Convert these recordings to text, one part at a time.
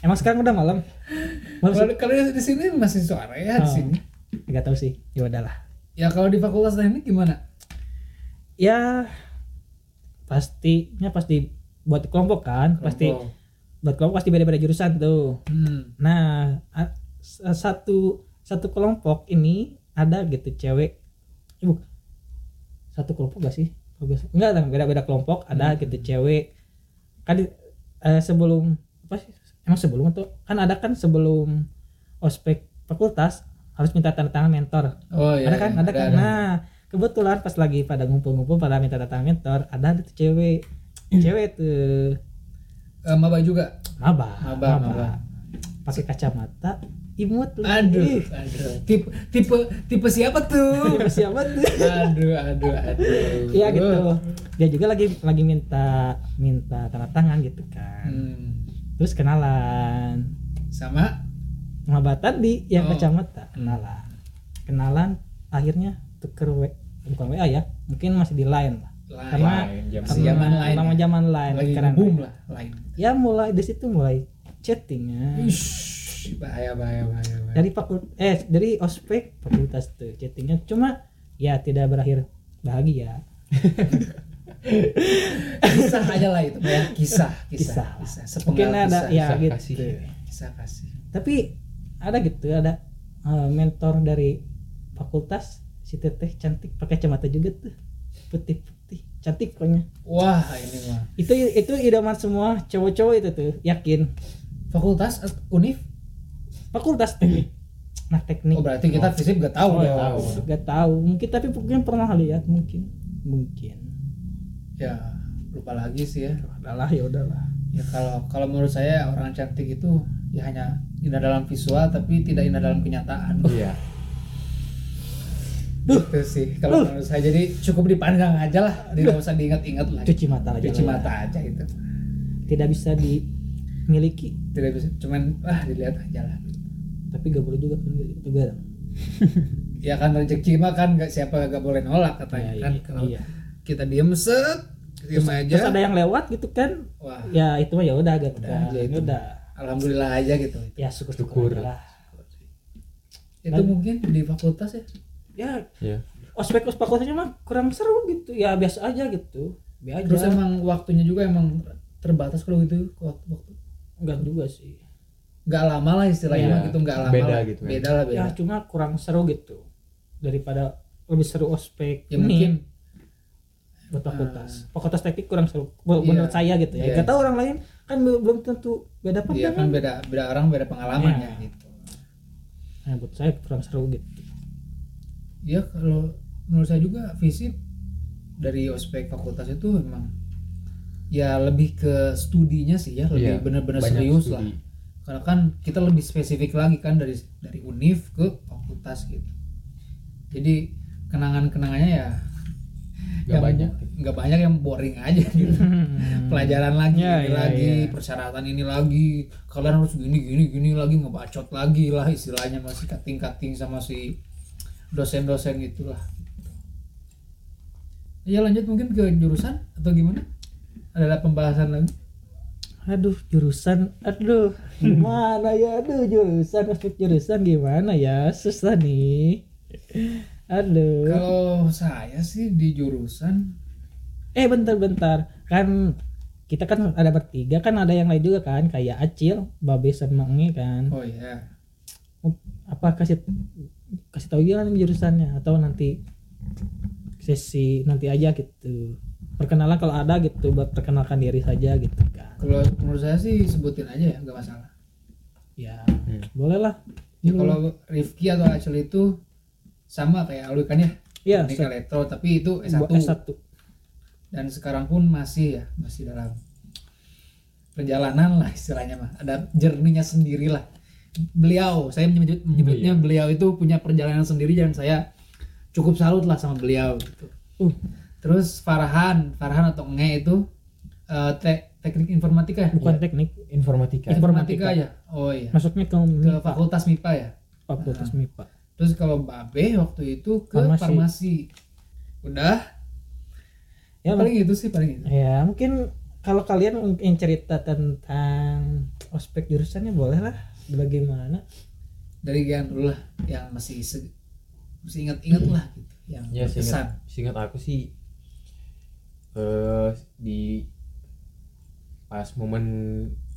Emang sekarang udah malam? Malam Kalau sih. kalau di sini masih sore ya Oh, di sini. nggak tahu sih. Ya udahlah. Ya kalau di fakultas teknik gimana? Ya pastinya pasti buat kelompok kan, pasti Kelompok. buat kelompok pasti beda-beda jurusan tuh. Hmm. Nah, a- s- satu satu kelompok ini ada gitu cewek. Ibu. Satu kelompok gak sih? Kalau gak salah- Enggak, beda-beda kelompok ada gitu cewek. Kan di- eh, sebelum apa sih? Emang sebelum atau kan ada kan sebelum ospek fakultas harus minta tanda tangan mentor. Oh iya. ada kan? iya, Ada, kan? Nah, kebetulan pas lagi pada ngumpul-ngumpul pada minta tanda tangan mentor, ada tuh cewek. Cewek tuh Eh, maba juga. maba. Maba, maba. Pakai kacamata, imut lagi. Aduh, aduh. Tipe tipe tipe siapa tuh? Ih, siapa tuh? aduh, aduh, aduh. Iya gitu. Dia juga lagi lagi minta minta tanda tangan gitu kan. Hmm. Terus kenalan. Sama Maba tadi yang Oh. kacamata kenalan. Kenalan akhirnya tuker W bukan WA ya. Mungkin masih di line lah. lain. Karena Line, zaman- karena Ya, zaman line. lama zaman line lagi keren. boom lah, lain. Ya mulai di situ mulai chattingnya. Ish, bahaya, bahaya, bahaya. bahaya. dari fakul eh dari ospek fakultas tuh chattingnya cuma ya tidak berakhir bahagia Kisah aja lah itu, ya. Kisah, Kisah kisah, lah. kisah. mungkin Sepenggal ada kisah. ya kisah gitu kasih. Kisah kasih. tapi ada gitu ada eh, mentor dari fakultas si teteh cantik pakai kacamata juga tuh putih putih cantik pokoknya Wah, ini mah. itu itu idaman semua cowok-cowok itu tuh yakin Fakultas eh, Unif. fakultas teknik nah teknik Oh, berarti kita fisip gak tahu Oh, iya. dong. nggak tahu. gak ya, tahu mungkin tapi mungkin pernah lihat mungkin mungkin Ya, lupa lagi sih ya. adalah ya udahlah Ya kalau kalau menurut saya orang cantik itu ya hanya indah dalam visual tapi tidak indah dalam kenyataan. Iya. Gitu sih kalau menurut saya jadi cukup dipandang aja lah, tidak usah diingat-ingat lagi. cuci mata aja Cuci lah ya. mata aja gitu. itu. tidak bisa dimiliki Tidak bisa cuman ah dilihat aja lah. tapi gak boleh juga kan gitu juga Ya kan rezeki mah kan nggak siapa gak boleh nolak katanya Ya, kan. iya, Kalau iya. kita diem set, diem aja. terus ada yang lewat gitu kan Wah, ya itu mah ya udah gitu Udah kan. aja ya itu. udah alhamdulillah aja gitu. ya syukur Syukur. syukur lah Itu mungkin di fakultas ya. ya Iya. ospek ospeknya mah kurang seru gitu ya biasa aja gitu Ya, biasa Terus aja emang waktunya juga emang terbatas kalau gitu waktu waktu enggak juga sih nggak lama lah istilahnya Iya. mah gitu nggak lama Beda lah. gitu ya. beda lah beda ya cuma kurang seru gitu daripada lebih seru ospek ini ya mungkin buat fakultas fakultas teknik kurang seru Bu- menurut Ah. saya Iya. gitu ya Iya. nggak tahu orang lain kan belum belum tentu beda dia pandangan kan beda beda orang beda pengalaman Iya. ya gitu nah, buat saya kurang seru gitu ya kalau menurut saya juga visip dari ospek fakultas itu emang ya lebih ke studinya sih ya lebih Iya, benar-benar banyak serius lah studi. karena kan kita lebih spesifik lagi kan dari dari univ ke fakultas gitu jadi kenangan-kenangannya ya Nggak yang- banyak. nggak banyak yang boring aja gitu pelajaran lagi Ya, ini ya, lagi ya. persyaratan ini lagi kalian harus gini gini gini lagi ngebacot lagi lah istilahnya masih cutting cutting sama si dosen-dosen gitulah ya lanjut mungkin ke jurusan atau gimana ada pembahasan lagi aduh jurusan Hmm. aduh gimana ya aduh jurusan aspek jurusan gimana ya susah nih aduh kalau saya sih di jurusan eh bentar-bentar kan kita kan ada bertiga kan ada yang lain juga kan kayak Acil, Babe sama Nge kan oh ya apa kasih kasih tahu juga kan jurusannya atau nanti sesi nanti aja gitu perkenalan kalau ada gitu buat perkenalkan diri saja gitu kan kalau menurut saya sih sebutin aja ya nggak masalah ya Hmm. boleh lah Ya, kalau Rifki atau Acil itu sama kayak Alwi kan ya Iya, Teknik elektro tapi itu S1, buat S1 dan sekarang pun masih ya masih dalam perjalanan lah istilahnya mah ada jerninya sendiri lah beliau saya Hmm, menyebut- iya. menyebutnya beliau itu punya perjalanan sendiri dan saya cukup salut lah sama beliau gitu uh terus Farhan Farhan atau Nge itu eh, te- teknik informatika ya bukan teknik Informatika. informatika, Informatika. Hmm. ya oh iya masuknya ke ke fakultas MIPA ya fakultas MIPA terus kalau Babe waktu itu ke farmasi, Farmasi. udah ya paling itu sih paling itu mungkin- ya mungkin kalau kalian ingin cerita tentang ospek jurusannya boleh lah bagaimana dari Gian dulu lah yang masih se- masih ingat-ingat lah gitu yang ya berkesan seingat, seingat aku sih eh di pas momen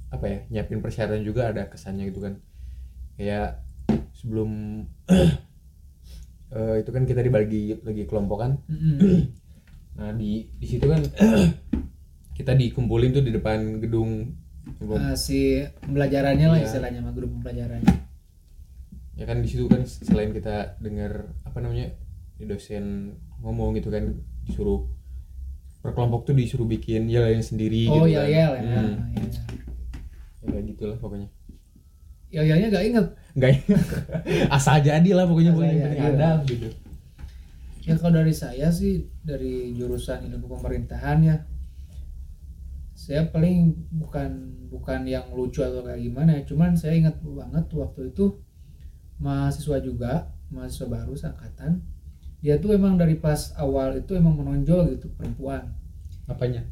apa ya nyiapin persyaratan juga ada kesannya gitu kan kayak sebelum eh, itu kan kita dibagi lagi kelompok kan Mm-mm. nah di di situ kan kita dikumpulin tuh di depan gedung Eh, si pembelajarannya lah Iya. istilahnya sama grup pembelajarannya ya kan di situ kan selain kita dengar apa namanya di dosen ngomong gitu kan disuruh per kelompok tuh disuruh bikin yel yang sendiri oh gitu yel kan. yel ya Hmm, iya. ya kayak gitulah pokoknya yel yelnya gak inget nggak ya? asal jadi lah pokoknya Asal pokoknya yang jadi penting lah. ada gitu ya kalau dari saya sih dari jurusan ilmu pemerintahan ya saya paling bukan bukan yang lucu atau kayak gimana ya cuman saya ingat banget waktu itu mahasiswa juga mahasiswa baru seangkatan dia tuh emang dari pas awal itu emang menonjol gitu perempuan apanya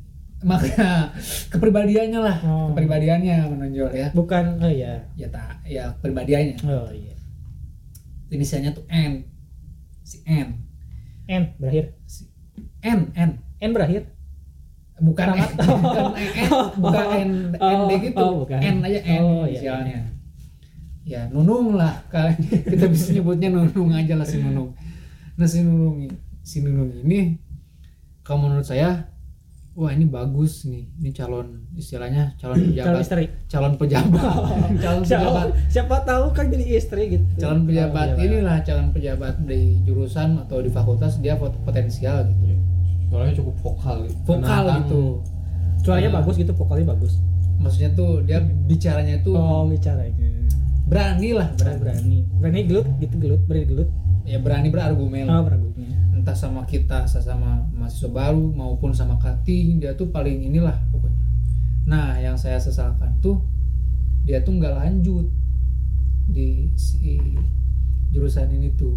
maka kepribadiannya lah Oh. kepribadiannya menonjol ya bukan oh ya ya tak ya kepribadiannya oh iya inisialnya tuh N si N n berakhir si N N n berakhir bukan Keramat. N, bukan N, bukan N, Oh, ND gitu, oh, bukan. N aja N Oh, iya, inisialnya. Ya Nunung lah, kalian kita bisa nyebutnya Nunung aja lah si Nunung. Nah si Nunung, ini- si Nunung ini, kalau menurut saya, wah ini bagus nih, ini calon istilahnya calon calon pejabat, istri calon pejabat, calon pejabat, siapa, siapa tahu kan jadi istri gitu iya. calon pejabat inilah calon pejabat di jurusan atau di fakultas dia pot- potensial gitu. soalnya cukup vokal gitu. Vokal Penantang. gitu. suaranya Ah. bagus gitu vokalnya bagus Maksudnya tuh dia bicaranya tuh oh bicaranya berani lah berani berani, berani berani gelut gitu gelut berani gelut ya berani berargumen oh beragutnya entah sama kita sama mahasiswa baru maupun sama kating dia tuh paling inilah pokoknya nah yang saya sesalkan tuh dia tuh nggak lanjut di si jurusan ini tuh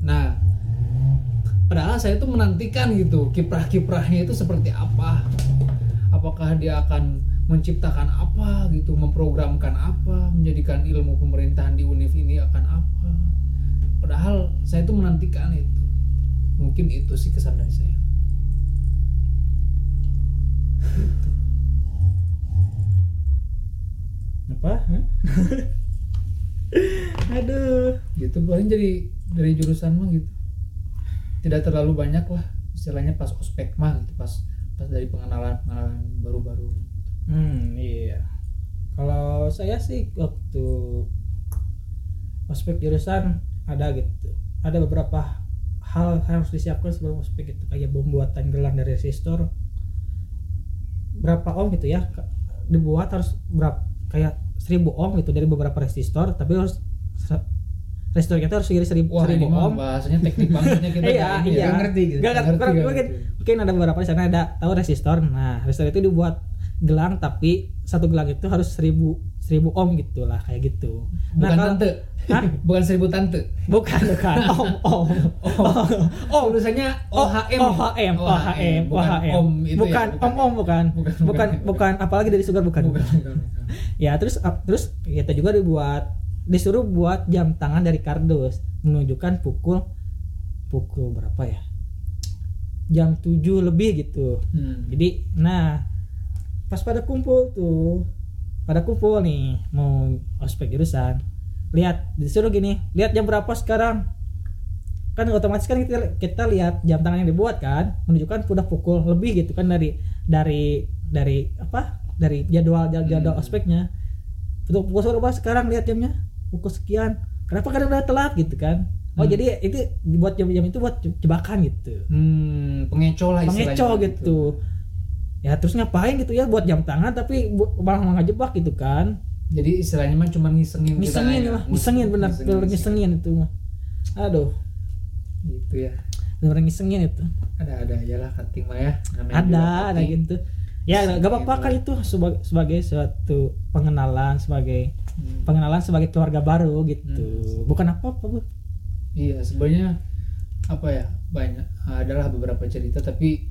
nah padahal saya tuh menantikan gitu kiprah-kiprahnya itu seperti apa apakah dia akan menciptakan apa gitu memprogramkan apa menjadikan ilmu pemerintahan di univ ini akan apa padahal saya tuh menantikan itu mungkin itu sih kesan dari saya apa Hah? aduh gitu paling jadi dari jurusan mah gitu tidak terlalu banyak lah istilahnya pas ospek mah gitu pas pas dari pengenalan pengenalan baru-baru hmm iya kalau saya sih waktu ospek jurusan ada gitu ada beberapa hal yang harus disiapkan sebelum ospek gitu kayak pembuatan gelang dari resistor berapa ohm gitu ya ke- dibuat harus berapa kayak 1000 ohm gitu dari beberapa resistor tapi harus se- resistornya itu harus dari 1000 wah ini 1000 mah ohm bahasanya teknik bangetnya kita iya, nggak ini iya. ya. Nggak ngerti gitu Nggak Nggak ngerti, nggak mungkin, ngerti. mungkin ada beberapa di sana ada tahu resistor. Nah, resistor itu dibuat gelang tapi satu gelang itu harus seribu seribu ohm gitulah kayak gitu. Nah, bukan kalau- tante Hah? bukan seribu tante Bukan, bukan. Om, om. oh tulisannya OHM OHM, OHM, bukan OHM. om itu bukan ya, om om bukan. Bukan, Bukan, bukan, bukan, bukan. apalagi dari sugar bukan. bukan, bukan, bukan. Ya, terus ap- terus kita juga dibuat disuruh buat jam tangan dari kardus menunjukkan pukul pukul berapa ya? Jam 7 lebih gitu. Hmm. Jadi, nah pas pada kumpul tuh, pada kumpul nih mau ospek jurusan, lihat disuruh gini, lihat jam berapa sekarang? Kan otomatis kan kita, kita lihat jam tangan yang dibuat kan, menunjukkan udah pukul lebih gitu kan dari dari dari apa? Dari jadwal jadwal, jadwal Hmm. ospeknya. Untuk pukul berapa sekarang lihat jamnya? Pukul sekian. Kenapa kadang udah telat gitu kan? Oh Hmm. jadi itu dibuat jam-jam itu buat je- jebakan gitu Hmm, pengecoh lah istilahnya. kan pengecoh gitu. Ya terus ngapain gitu ya buat jam tangan tapi bu- malah malah ngejebak gitu kan. Jadi istilahnya mah cuma ngisengin ya. kita Ngisengin aja. lah, ngisengin benar, benar ngisengin itu mah. Aduh, Gitu ya. benar ngisengin itu. Ada ada aja lah kating mah ya. Namanya juga Ada, ada kating. gitu. Ya Ngisengin gak apa-apa kan lah. itu sebagai, sebagai suatu pengenalan sebagai Hmm. pengenalan sebagai keluarga baru gitu. Bukan apa-apa, Bu. Iya, sebenarnya apa ya? Banyak adalah beberapa cerita tapi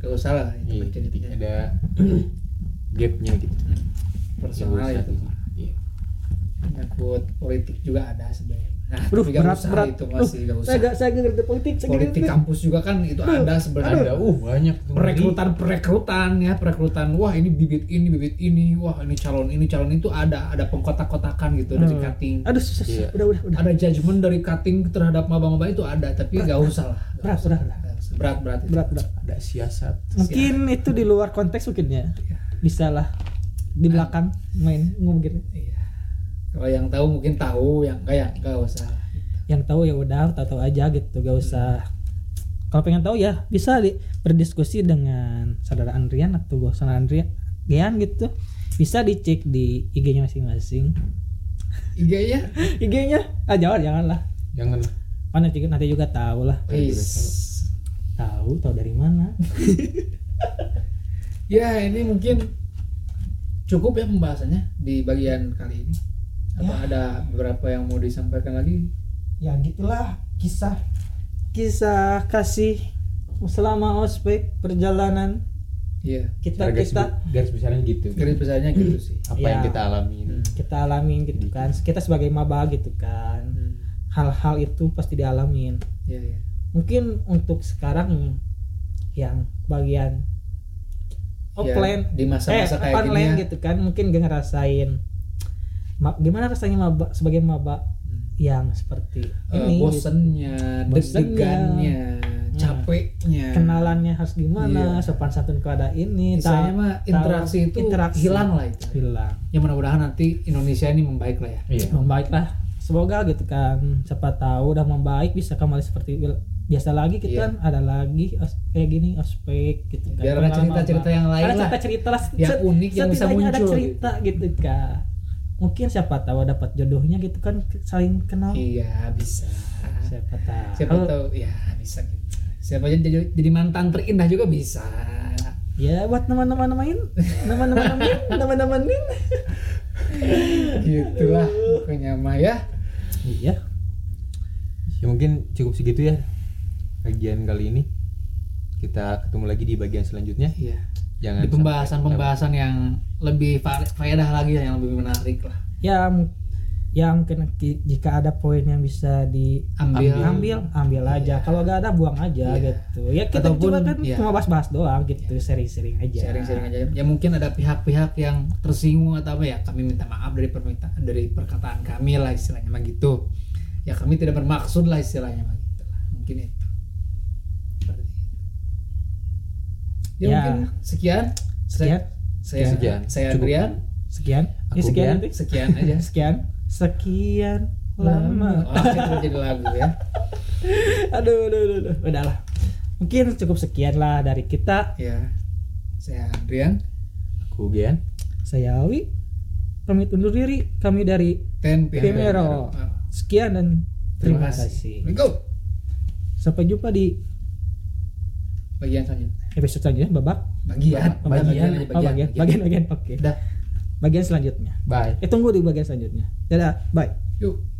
gak usah lah itu Iya, ceritanya. ada gapnya gitu personal ya. Egois itu satu. Iya. nyangkut politik juga ada sebenarnya nah Aduh, tapi nggak berat, usah berat. itu masih nggak saya usah gak saya gak ngerti politik saya nggak politik ngerti. kampus juga kan itu Aduh, ada sebenarnya ada uh banyak tuh. perekrutan perekrutan ya perekrutan wah ini bibit ini bibit ini wah ini calon ini calon itu ada ada pengkotak-kotakan gitu dari Hmm. cutting aduh susah susah. Iya. udah udah udah ada judgement dari cutting terhadap maba-maba itu ada tapi nggak usah lah berat berat berat berat berat itu. berat, berat. ada siasat mungkin itu di luar konteks mungkin ya Iya. bisa lah di belakang main ngomong gitu Iya. kalau yang tahu mungkin tahu yang enggak ya nggak usah yang tahu ya udah tahu-tahu aja gitu gak usah kalau pengen tahu ya bisa di, berdiskusi dengan saudara Andrian atau gua saudara Andrian Gian gitu bisa dicek di IG-nya masing-masing IG ya IG-nya ah jangan jangan lah jangan Oh, nanti nanti juga tahu lah Is. tahu tahu dari mana ya ini mungkin cukup ya pembahasannya di bagian kali ini atau ada beberapa yang mau disampaikan lagi ya gitulah kisah kisah kasih selama ospek perjalanan iya kita Secara garis kita be- garis besarnya gitu garis besarnya gitu sih apa Iya. yang kita alami Hmm. kita alamin gitu kan kita sebagai maba gitu kan Hmm. hal-hal itu pasti dialamin Iya, iya. mungkin untuk sekarang yang bagian offline Ya, di masa-masa Oh, eh, kayak gini online ya. gitu kan mungkin gak ngerasain ma- gimana rasanya maba sebagai maba Hmm. yang seperti Eh, ini gitu. bosennya, Bosennya. Hmm. deg-degannya, capeknya. kenalannya harus gimana Iya. sopan santun kepada ini Misalnya ta- mah tahu interaksi itu interaksi. hilang lah itu. hilang Ya mudah-mudahan nanti Indonesia ini membaik lah ya. iya membaiklah semoga gitu kan siapa tahu udah membaik bisa kembali seperti wil- biasa lagi gitu Iya. kan ada lagi os- kayak gini ospek gitu kan Biar ada Pengalaman cerita-cerita apa. yang lain ada lah. cerita-cerita lah Yang set- unik, yang bisa setidaknya ada muncul cerita gitu kan mungkin siapa tahu dapat jodohnya gitu kan saling kenal Iya bisa. siapa tahu Siapa tahu ya bisa gitu. Siapa aja jadi, jadi mantan terindah juga bisa. ya buat teman-teman main teman-teman main teman-teman main Gitulah pokoknya mah ya. iya ya mungkin cukup segitu ya bagian kali ini kita ketemu lagi di bagian selanjutnya Iya. jangan Di pembahasan-pembahasan yang lebih fa- faedah lagi lah, yang lebih menarik lah. ya m- ya mungkin ki- jika ada poin yang bisa di Ambil. ambil ambil aja kalau nggak ada buang aja Iya. gitu ya kita Ataupun, cuma kan iya. cuma bahas-bahas doang gitu sering-sering aja sharing-sharing aja ya mungkin ada pihak-pihak yang tersinggung atau apa ya kami minta maaf dari permintaan dari perkataan kami lah istilahnya mah gitu ya kami tidak bermaksud lah istilahnya mah gitu lah mungkin itu Seperti itu. ya, Ya. mungkin sekian sekian saya saya, Sekian. saya Cukup. Adrian sekian Aku ya sekian Gian. nanti sekian aja sekian sekian lama oh, itu jadi lagu ya aduh aduh aduh, aduh. udahlah mungkin cukup sekian lah dari kita ya saya Adrian aku Gian saya Alwi pamit undur diri kami dari Ten Pimero sekian dan E terima kasih go sampai jumpa di bagian selanjutnya episode selanjutnya babak bagian Bagian. aja, Oh, bagian bagian bagian oke Dah. bagian selanjutnya bye eh tunggu di bagian selanjutnya dadah bye Yuk.